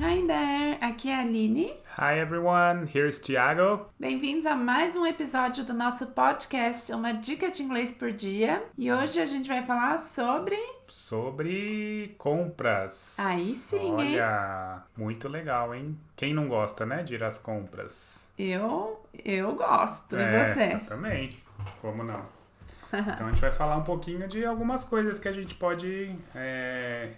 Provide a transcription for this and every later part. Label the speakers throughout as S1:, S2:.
S1: Hi there, aqui é a Aline.
S2: Hi everyone, here's Tiago.
S1: Bem-vindos a mais um episódio do nosso podcast, uma dica de inglês por dia. E hoje a gente vai falar sobre
S2: Sobre compras.
S1: Aí sim, hein?
S2: Olha, muito legal, hein? Quem não gosta, né, de ir às compras?
S1: eu, eu gosto,
S2: é,
S1: e
S2: eu
S1: você?
S2: também. Como não? Então a gente vai falar um pouquinho de algumas coisas que a gente pode é,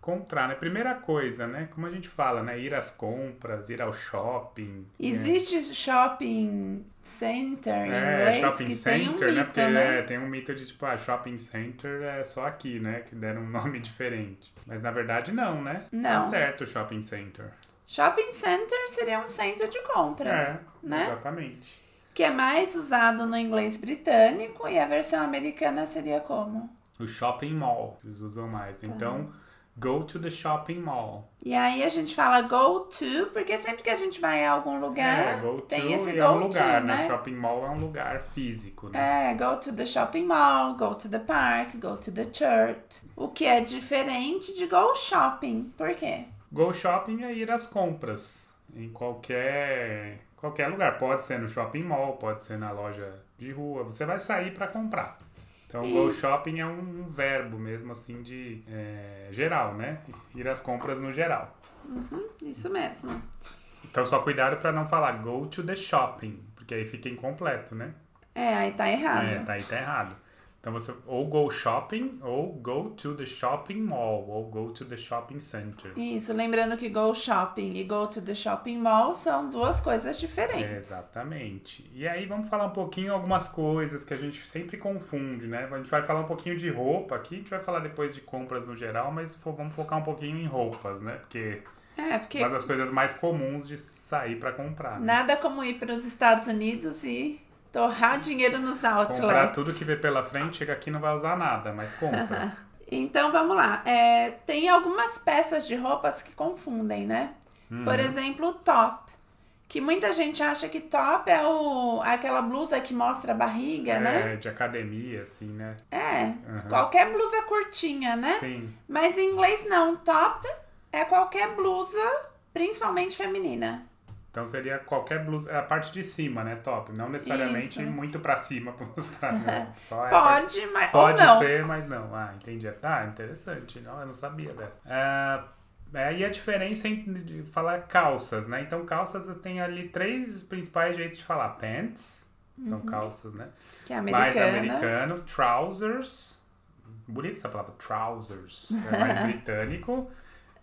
S2: comprar, né? Primeira coisa, né? Como a gente fala, né? Ir às compras, ir ao shopping.
S1: Existe shopping center em
S2: É,
S1: inglês
S2: shopping
S1: que
S2: center,
S1: tem um
S2: né?
S1: mito,
S2: Porque
S1: né?
S2: é, tem um mito de tipo, ah, shopping center é só aqui, né? Que deram um nome diferente. Mas na verdade não, né? Tá
S1: Não.
S2: certo o shopping center.
S1: Shopping center seria um centro de compras,
S2: é,
S1: né?
S2: exatamente.
S1: que é mais usado no inglês britânico e a versão americana seria como?
S2: O shopping mall, eles usam mais.
S1: Tá.
S2: Então, go to the shopping mall.
S1: E aí a gente fala go to, porque sempre que a gente vai a algum lugar,
S2: é, go to
S1: tem esse
S2: e
S1: go
S2: é um lugar,
S1: to,
S2: né?
S1: né?
S2: Shopping mall é um lugar físico, né?
S1: É, go to the shopping mall, go to the park, go to the church. O que é diferente de go shopping. Por quê?
S2: Go shopping é ir às compras em qualquer qualquer lugar. Pode ser no shopping mall, pode ser na loja de rua. Você vai sair para comprar. Então, go
S1: Isso.
S2: shopping é um verbo mesmo assim de é, geral, né? Ir às compras no geral.
S1: Isso mesmo.
S2: Então, só cuidado para não falar go to the shopping, porque aí fica incompleto, né?
S1: É, aí tá errado.
S2: É, tá aí tá errado. Então você ou go shopping ou go to the shopping mall ou go to the shopping center.
S1: Isso, lembrando que go shopping e go to the shopping mall são duas coisas diferentes.
S2: Exatamente. E aí vamos falar um pouquinho algumas coisas que a gente sempre confunde, né? A gente vai falar um pouquinho de roupa aqui, a gente vai falar depois de compras no geral, mas fo- vamos focar um pouquinho em roupas, né? Porque
S1: É, porque
S2: uma das coisas mais comuns de sair pra comprar. Né?
S1: Nada como ir para os Estados Unidos e torrar dinheiro nos
S2: Comprar
S1: outlets.
S2: tudo que vê pela frente, chega aqui e não vai usar nada, mas compra.
S1: Então vamos lá. É, tem algumas peças de roupas que confundem, né?
S2: Uhum.
S1: Por exemplo, o top. Que muita gente acha que top é o, aquela blusa que mostra a barriga, né?
S2: É, de academia, assim, né?
S1: É.
S2: Aham.
S1: Qualquer blusa curtinha, né?
S2: Sim.
S1: Mas em inglês não. Top é qualquer blusa, principalmente feminina.
S2: Então seria qualquer blusa, é a parte de cima, né? Top. Não necessariamente
S1: Isso.
S2: muito pra cima pra mostrar, né? Só é a parte
S1: Pode, mas
S2: Pode
S1: ou não.
S2: ser, mas não. Ah, entendi. Ah, interessante. Não, eu não sabia dessa. Ah, é, e a diferença entre falar calças, né? Então, calças tem ali três principais jeitos de falar. Pants, são calças, né?
S1: Que é
S2: Mais
S1: Uhum. americana.
S2: americano. Trousers. Bonita essa palavra, trousers. É mais britânico.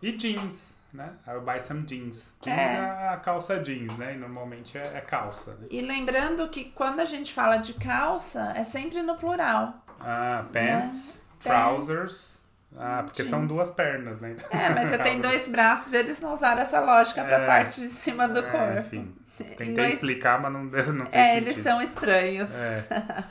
S2: E jeans, né? I'll buy some jeans. Jeans
S1: É.
S2: é a calça jeans, né? E normalmente é, é calça. Né?
S1: E lembrando que quando a gente fala de calça, é sempre no plural.
S2: Ah, pants,
S1: Né?
S2: trousers. Ah, porque são
S1: Jeans.
S2: duas pernas, né? Então-
S1: É, mas você tem dois braços, eles não usaram essa lógica pra
S2: É.
S1: parte de cima do
S2: É,
S1: corpo.
S2: Enfim, tentei
S1: Inglês-
S2: explicar, mas não, deu- não fez
S1: É,
S2: sentido.
S1: eles são estranhos.
S2: É.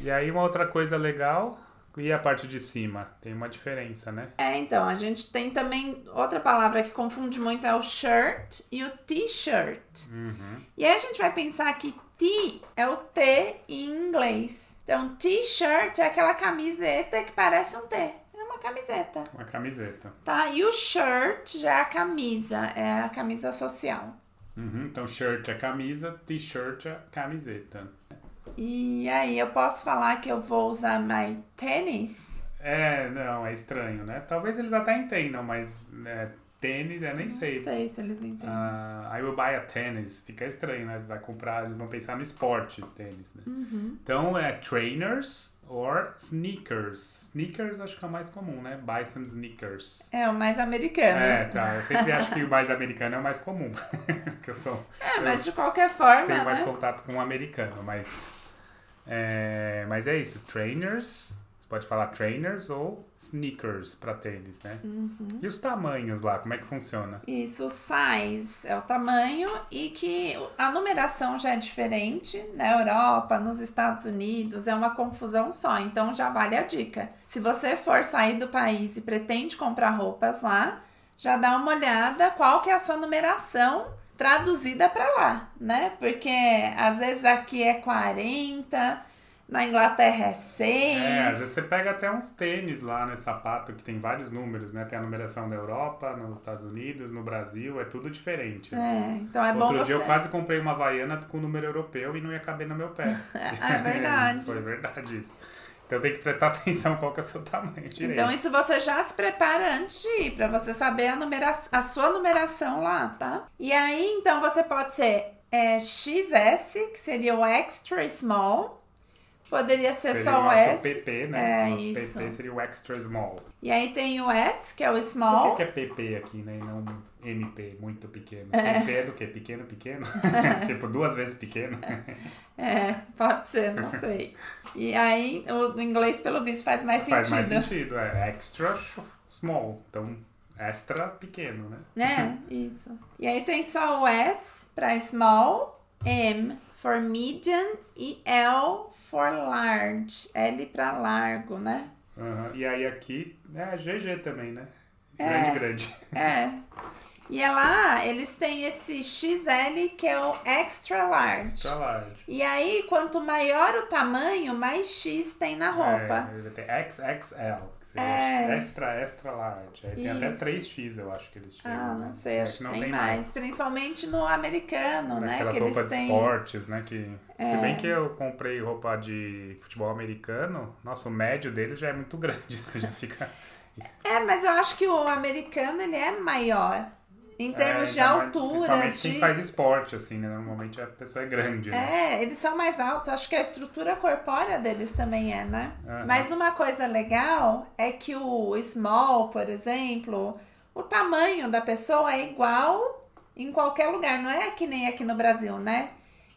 S2: E aí uma outra coisa legal, e a parte de cima? Tem uma diferença, né?
S1: É, então, a gente tem também outra palavra que confunde muito é o shirt e o t-shirt.
S2: Uhum.
S1: E aí a gente vai pensar que T é o T em inglês. Então, t-shirt é aquela camiseta que parece um T. É uma camiseta.
S2: Uma camiseta.
S1: Tá? E o shirt já é a camisa, é a camisa social.
S2: Uhum, então shirt é camisa, t-shirt é camiseta.
S1: E aí eu posso falar que eu vou usar my tênis?
S2: É, não, é estranho, né? Talvez eles até entendam, mas né, tênis, eu nem sei.
S1: Não sei se eles entendem.
S2: Ah, I will buy a tênis. Fica estranho, né? Vai comprar, eles vão pensar no esporte, tênis, né?
S1: Uhum.
S2: Então é trainers or sneakers. Sneakers acho que é o mais comum, né? Buy some sneakers.
S1: É né? o mais americano.
S2: É, tá. Eu sempre acho que o mais americano é o mais comum. que eu sou,
S1: É, mas de qualquer forma,
S2: tenho mais
S1: né?
S2: contato com o americano, mas. É, mas é isso. Trainers. Você pode falar trainers ou sneakers pra tênis, né?
S1: Uhum.
S2: E os tamanhos lá, como é que funciona?
S1: Isso, o size é o tamanho e que a numeração já é diferente na Europa, nos Estados Unidos, é uma confusão só, então já vale a dica. Se você for sair do país e pretende comprar roupas lá, já dá uma olhada qual que é a sua numeração traduzida para lá, né? Porque às vezes aqui é 40, Na Inglaterra é 6.
S2: É, às vezes você pega até uns tênis lá nesse sapato que tem vários números, né? Tem a numeração da Europa, nos Estados Unidos, no Brasil, é tudo diferente.
S1: É, então é bom
S2: Outro
S1: você.
S2: dia eu quase comprei uma Havaiana com número europeu e não ia caber no meu pé.
S1: É verdade.
S2: Foi verdade isso. Então tem que prestar atenção qual que é o seu tamanho direito.
S1: Então isso você já se prepara antes de ir, pra você saber a, numera a sua numeração lá, tá? E aí, então, você pode ser é, XS, que seria o extra small. Poderia ser
S2: seria
S1: é só
S2: o
S1: o
S2: nosso
S1: S.
S2: PP, né?
S1: É,
S2: o nosso
S1: isso.
S2: PP seria o extra small.
S1: E aí tem o S, que é o
S2: Por
S1: small.
S2: que, que é PP aqui, né? E não MP, muito pequeno. PP é do quê? Pequeno, pequeno? tipo, duas vezes pequeno.
S1: É, pode ser, não sei. E aí, o inglês, pelo visto, faz mais
S2: Faz mais
S1: sentido.
S2: sentido, é. Extra small. Então, extra pequeno, né?
S1: Né? Isso. E aí tem só o S pra small, M for medium e L for large. L pra largo, né?
S2: Aham. E aí aqui é GG também, né?
S1: É.
S2: Grande, grande.
S1: É. E é lá, eles têm esse XL que é o extra large.
S2: Extra large.
S1: E aí, quanto maior o tamanho, mais X tem na roupa.
S2: É, tem XXL, que seria
S1: É.
S2: extra, extra large. Aí tem até
S1: Isso.
S2: 3X, eu acho que eles chegam.
S1: Ah,
S2: né?
S1: não sei,
S2: É
S1: acho que tem, mais. Principalmente no americano, né?
S2: Aquelas
S1: Que
S2: roupas
S1: eles
S2: de
S1: têm. É.
S2: esportes, né? Que, Se bem que eu comprei roupa de futebol americano, nossa, o médio deles já é muito grande. Você já fica.
S1: É, mas eu acho que o americano ele é maior. Em termos
S2: É,
S1: de
S2: ainda mais-
S1: altura,
S2: Principalmente quem
S1: de.
S2: faz esporte, assim, né? Normalmente a pessoa é grande, né?
S1: É, eles são mais altos. Acho que a estrutura corpórea deles também é, né?
S2: Aham.
S1: Mas uma coisa legal é que o small, por exemplo, o tamanho da pessoa é igual em qualquer lugar. Não é que nem aqui no Brasil, né?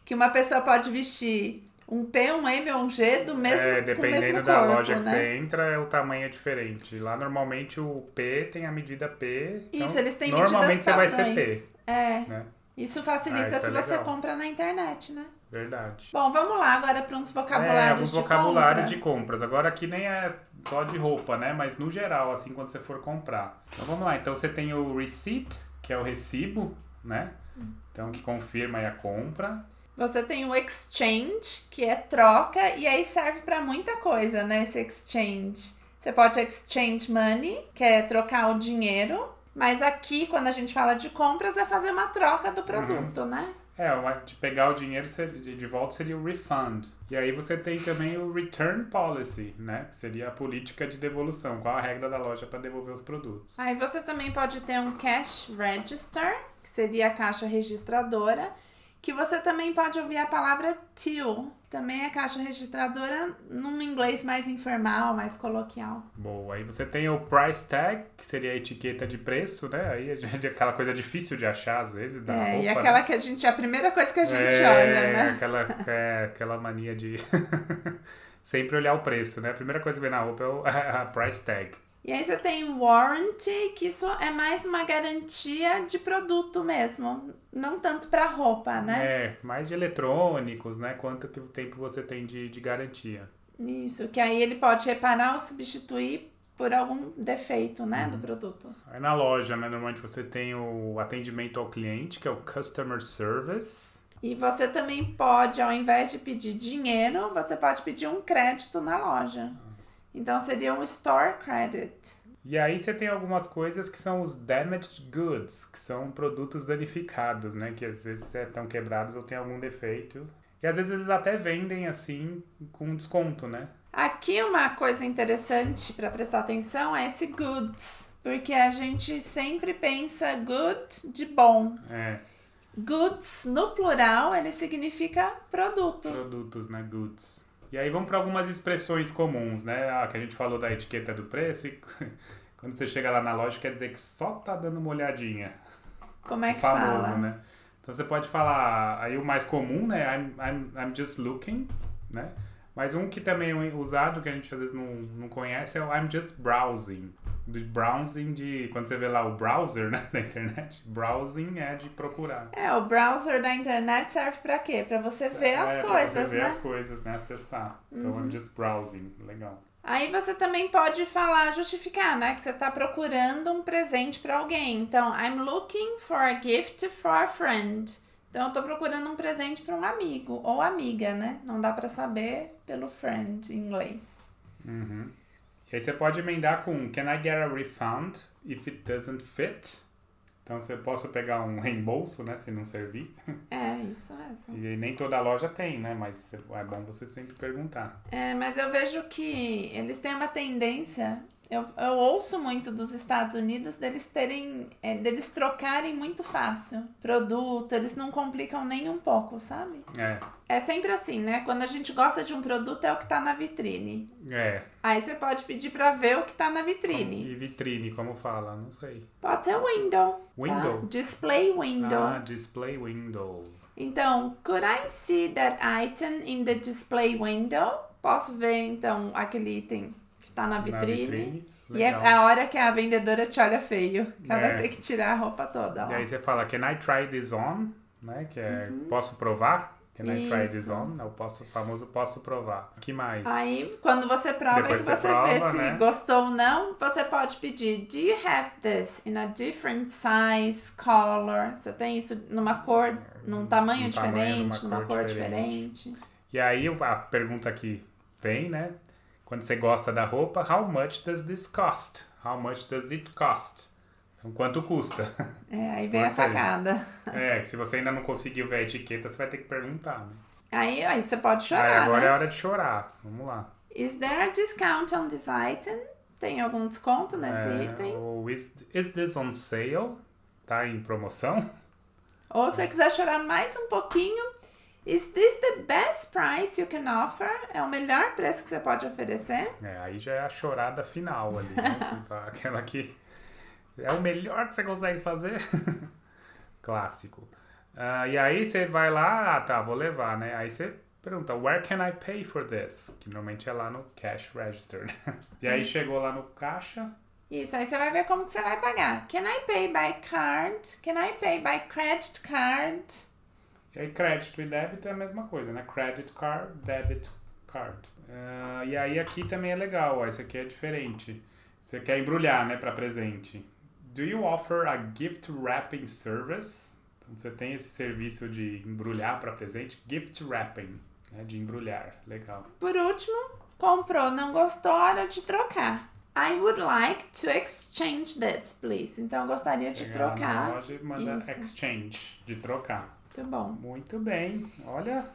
S1: Que uma pessoa pode vestir um P, um M ou um G do mesmo,
S2: É,
S1: com o mesmo
S2: dependendo
S1: corpo,
S2: da loja que
S1: né?
S2: você entra, o tamanho é diferente. Lá normalmente o P tem a medida P. então,
S1: Isso, eles têm medidas
S2: Normalmente você vai ser
S1: padrões.
S2: P,
S1: É.
S2: né?
S1: Isso facilita
S2: Ah, isso é
S1: se você
S2: legal.
S1: compra na internet, né?
S2: Verdade.
S1: Bom, vamos lá agora para uns
S2: É,
S1: vocabulários
S2: alguns
S1: de
S2: vocabulários
S1: compra.
S2: de compras. Agora aqui nem é só de roupa, né? Mas no geral, assim, quando você for comprar. Então vamos lá. Então você tem o receipt, que é o recibo, né?
S1: Hum.
S2: Então que confirma aí a compra.
S1: Você tem o exchange, que é troca, e aí serve para muita coisa, né? Esse exchange. Você pode exchange money, que é trocar o dinheiro. Mas aqui, quando a gente fala de compras, é fazer uma troca
S2: Uhum.
S1: do produto, né?
S2: É, o- de pegar o dinheiro ser- de de volta seria o refund. E aí você tem também o return policy, né? Que seria a política de devolução. Qual a regra da loja para devolver os produtos?
S1: Aí você também pode ter um cash register, que seria a caixa registradora, que você também pode ouvir a palavra till. Também é caixa registradora num inglês mais informal, mais coloquial.
S2: Boa. Aí você tem o price tag, que seria a etiqueta de preço, né? Aí é aquela coisa difícil de achar às vezes da
S1: É,
S2: roupa.
S1: e
S2: né?
S1: aquela que a gente, a primeira coisa que a gente
S2: É,
S1: olha, né?
S2: Aquela, é, aquela mania de sempre olhar o preço, né? A primeira coisa que vem na roupa é o, a price tag.
S1: E aí você tem warranty, que isso é mais uma garantia de produto mesmo, não tanto para roupa, né?
S2: É, mais de eletrônicos, né? Quanto que o tempo você tem de, de garantia.
S1: Isso, que aí ele pode reparar ou substituir por algum defeito, né, do produto.
S2: Aí na loja, né? Normalmente você tem o atendimento ao cliente, que é o customer service.
S1: E você também pode, ao invés de pedir dinheiro, você pode pedir um crédito na loja. Então seria um store credit.
S2: E aí você tem algumas coisas que são os damaged goods, que são produtos danificados, né? Que às vezes estão quebrados ou tem algum defeito. E às vezes eles até vendem assim com desconto, né?
S1: Aqui uma coisa interessante para prestar atenção é esse goods, porque a gente sempre pensa good de bom,
S2: É,
S1: Goods no plural ele significa produto.
S2: produtos, né? Goods. E aí vamos para algumas expressões comuns, né? Ah, que a gente falou da etiqueta do preço e quando você chega lá na loja quer dizer que só tá dando uma olhadinha.
S1: Como é que
S2: famoso,
S1: fala?
S2: né? Então você pode falar, aí o mais comum, né? I'm, I'm, I'm just looking, né? Mas um que também é usado, que a gente às vezes não, não conhece, é o I'm just browsing. De browsing de. Quando você vê lá o browser né, da internet, browsing é de procurar.
S1: É, o browser da internet serve pra quê? Pra você ver
S2: É,
S1: as
S2: pra
S1: coisas,
S2: você ver
S1: né? Uhum.
S2: as coisas, né? Acessar. Então, I'm just browsing. Legal.
S1: Aí você também pode falar, justificar, né? Que você tá procurando um presente pra alguém. Então, I'm looking for a gift for a friend. Então, eu tô procurando um presente pra um amigo ou amiga, né? Não dá pra saber pelo friend em inglês.
S2: Uhum. E aí você pode emendar com Can I get a refund if it doesn't fit? Então você possa pegar um reembolso, né? Se não servir.
S1: É, isso mesmo.
S2: E aí nem toda loja tem, né? Mas é bom você sempre perguntar.
S1: É, mas eu vejo que eles têm uma tendência. Eu, eu ouço muito dos Estados Unidos deles terem. é, deles trocarem muito fácil produto, eles não complicam nem um pouco, sabe?
S2: É,
S1: É sempre assim, né? Quando a gente gosta de um produto, é o que tá na vitrine.
S2: é.
S1: Aí você pode pedir pra ver o que tá na vitrine.
S2: E vitrine, como fala? Não sei.
S1: Pode ser window. tá?
S2: Window?
S1: Display window.
S2: Ah, display window.
S1: Então, could I see that item in the display window? Posso ver, então, aquele item que tá na
S2: Na
S1: vitrine.
S2: vitrine.
S1: E é
S2: Legal.
S1: a hora que a vendedora te olha feio. que Ela vai
S2: É.
S1: ter que tirar a roupa toda.
S2: E
S1: Ó.
S2: aí você fala, can I try this on? Né? Que é, posso provar? Can I try this
S1: Uhum. Isso.
S2: on? É o posso, famoso posso provar. que mais?
S1: Aí, quando você prova,
S2: Depois
S1: que
S2: você
S1: você
S2: prova,
S1: vê se
S2: né?
S1: gostou ou não, você pode pedir: Do you have this in a different size, color? Você tem isso numa cor, num tamanho
S2: num tamanho,
S1: diferente,
S2: numa
S1: numa
S2: cor
S1: cor
S2: diferente.
S1: diferente?
S2: E aí a pergunta que tem, né? Quando você gosta da roupa, how much does this cost? How much does it cost? Então, quanto custa?
S1: É, aí vem a
S2: Marca aí.
S1: facada.
S2: é, se você ainda não conseguiu ver a etiqueta, você vai ter que perguntar, né?
S1: Aí, aí você pode
S2: aí
S1: chorar,
S2: agora
S1: né?
S2: é hora de chorar. Vamos lá.
S1: Is there a discount on this item? Tem algum desconto nesse
S2: É,
S1: item?
S2: ou is, is this on sale? Tá em promoção?
S1: Ou se você quiser chorar mais um pouquinho, is this the best price you can offer? É o melhor preço que você pode oferecer?
S2: É, aí já é a chorada final ali, né? Assim, tá? Aquela que é o melhor que você consegue fazer. Clássico. Ah, e aí você vai lá, ah tá, vou levar, né? Aí você pergunta, where can I pay for this? Que normalmente é lá no cash register. né? E
S1: Hum.
S2: aí chegou lá no caixa,
S1: Isso, aí você vai ver como que você vai pagar. Can I pay by card? Can I pay by credit card?
S2: e aí crédito e débito é a mesma coisa, né? Credit card, debit card. Ah, e aí aqui também é legal, ó, esse aqui é diferente. Você quer embrulhar, né, para presente. Do you offer a gift wrapping service? Então, você tem esse serviço de embrulhar para presente, gift wrapping, né, de embrulhar. Legal.
S1: Por último, comprou, não gostou, é hora de trocar. I would like to exchange this, please. Então, eu gostaria de
S2: Chegar lá
S1: trocar.
S2: Na loja e manda
S1: Isso.
S2: exchange, de trocar.
S1: Muito bom.
S2: Muito bem. Olha,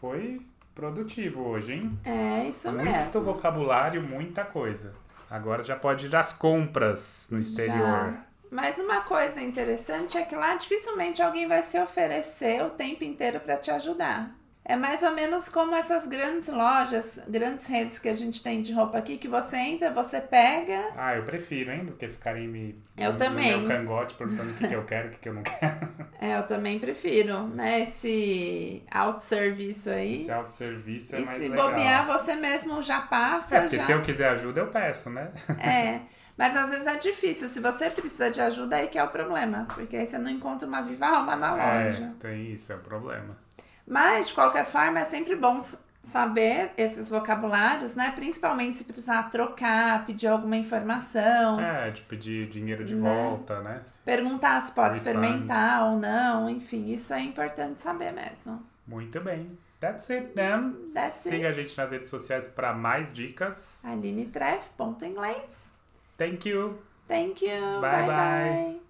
S2: foi produtivo hoje, hein?
S1: É isso
S2: Muito
S1: mesmo.
S2: vocabulário, muita coisa. Agora já pode ir às compras no exterior.
S1: Já. Mas uma coisa interessante é que lá dificilmente alguém vai se oferecer o tempo inteiro para te ajudar. É mais ou menos como essas grandes lojas, grandes redes que a gente tem de roupa aqui, que você entra, você pega.
S2: Ah, eu prefiro, hein, do que ficarem me
S1: Eu
S2: no
S1: também.
S2: meu cangote perguntando o que, que eu quero, o que, que eu não quero.
S1: É, eu também prefiro, né? Esse autosserviço aí.
S2: Esse autosserviço é
S1: E
S2: mais
S1: se
S2: legal.
S1: bobear, você mesmo já passa.
S2: é, porque
S1: já...
S2: se eu quiser ajuda, eu peço, né?
S1: É, mas às vezes é difícil. Se você precisa de ajuda, aí que é o problema. Porque aí você não encontra uma viva alma na loja.
S2: É, tem isso, é o problema.
S1: Mas, de qualquer forma, é sempre bom s- saber esses vocabulários, né? Principalmente se precisar trocar, pedir alguma informação,
S2: É, de pedir dinheiro de
S1: Né?
S2: volta, né?
S1: perguntar se pode
S2: Refund.
S1: experimentar ou não, enfim, isso é importante saber mesmo.
S2: Muito bem. That's it, then.
S1: That's
S2: Siga a gente nas redes sociais para mais dicas.
S1: Aline Treff, ponto inglês.
S2: Thank you.
S1: Thank you. bye.
S2: Bye, bye.
S1: bye.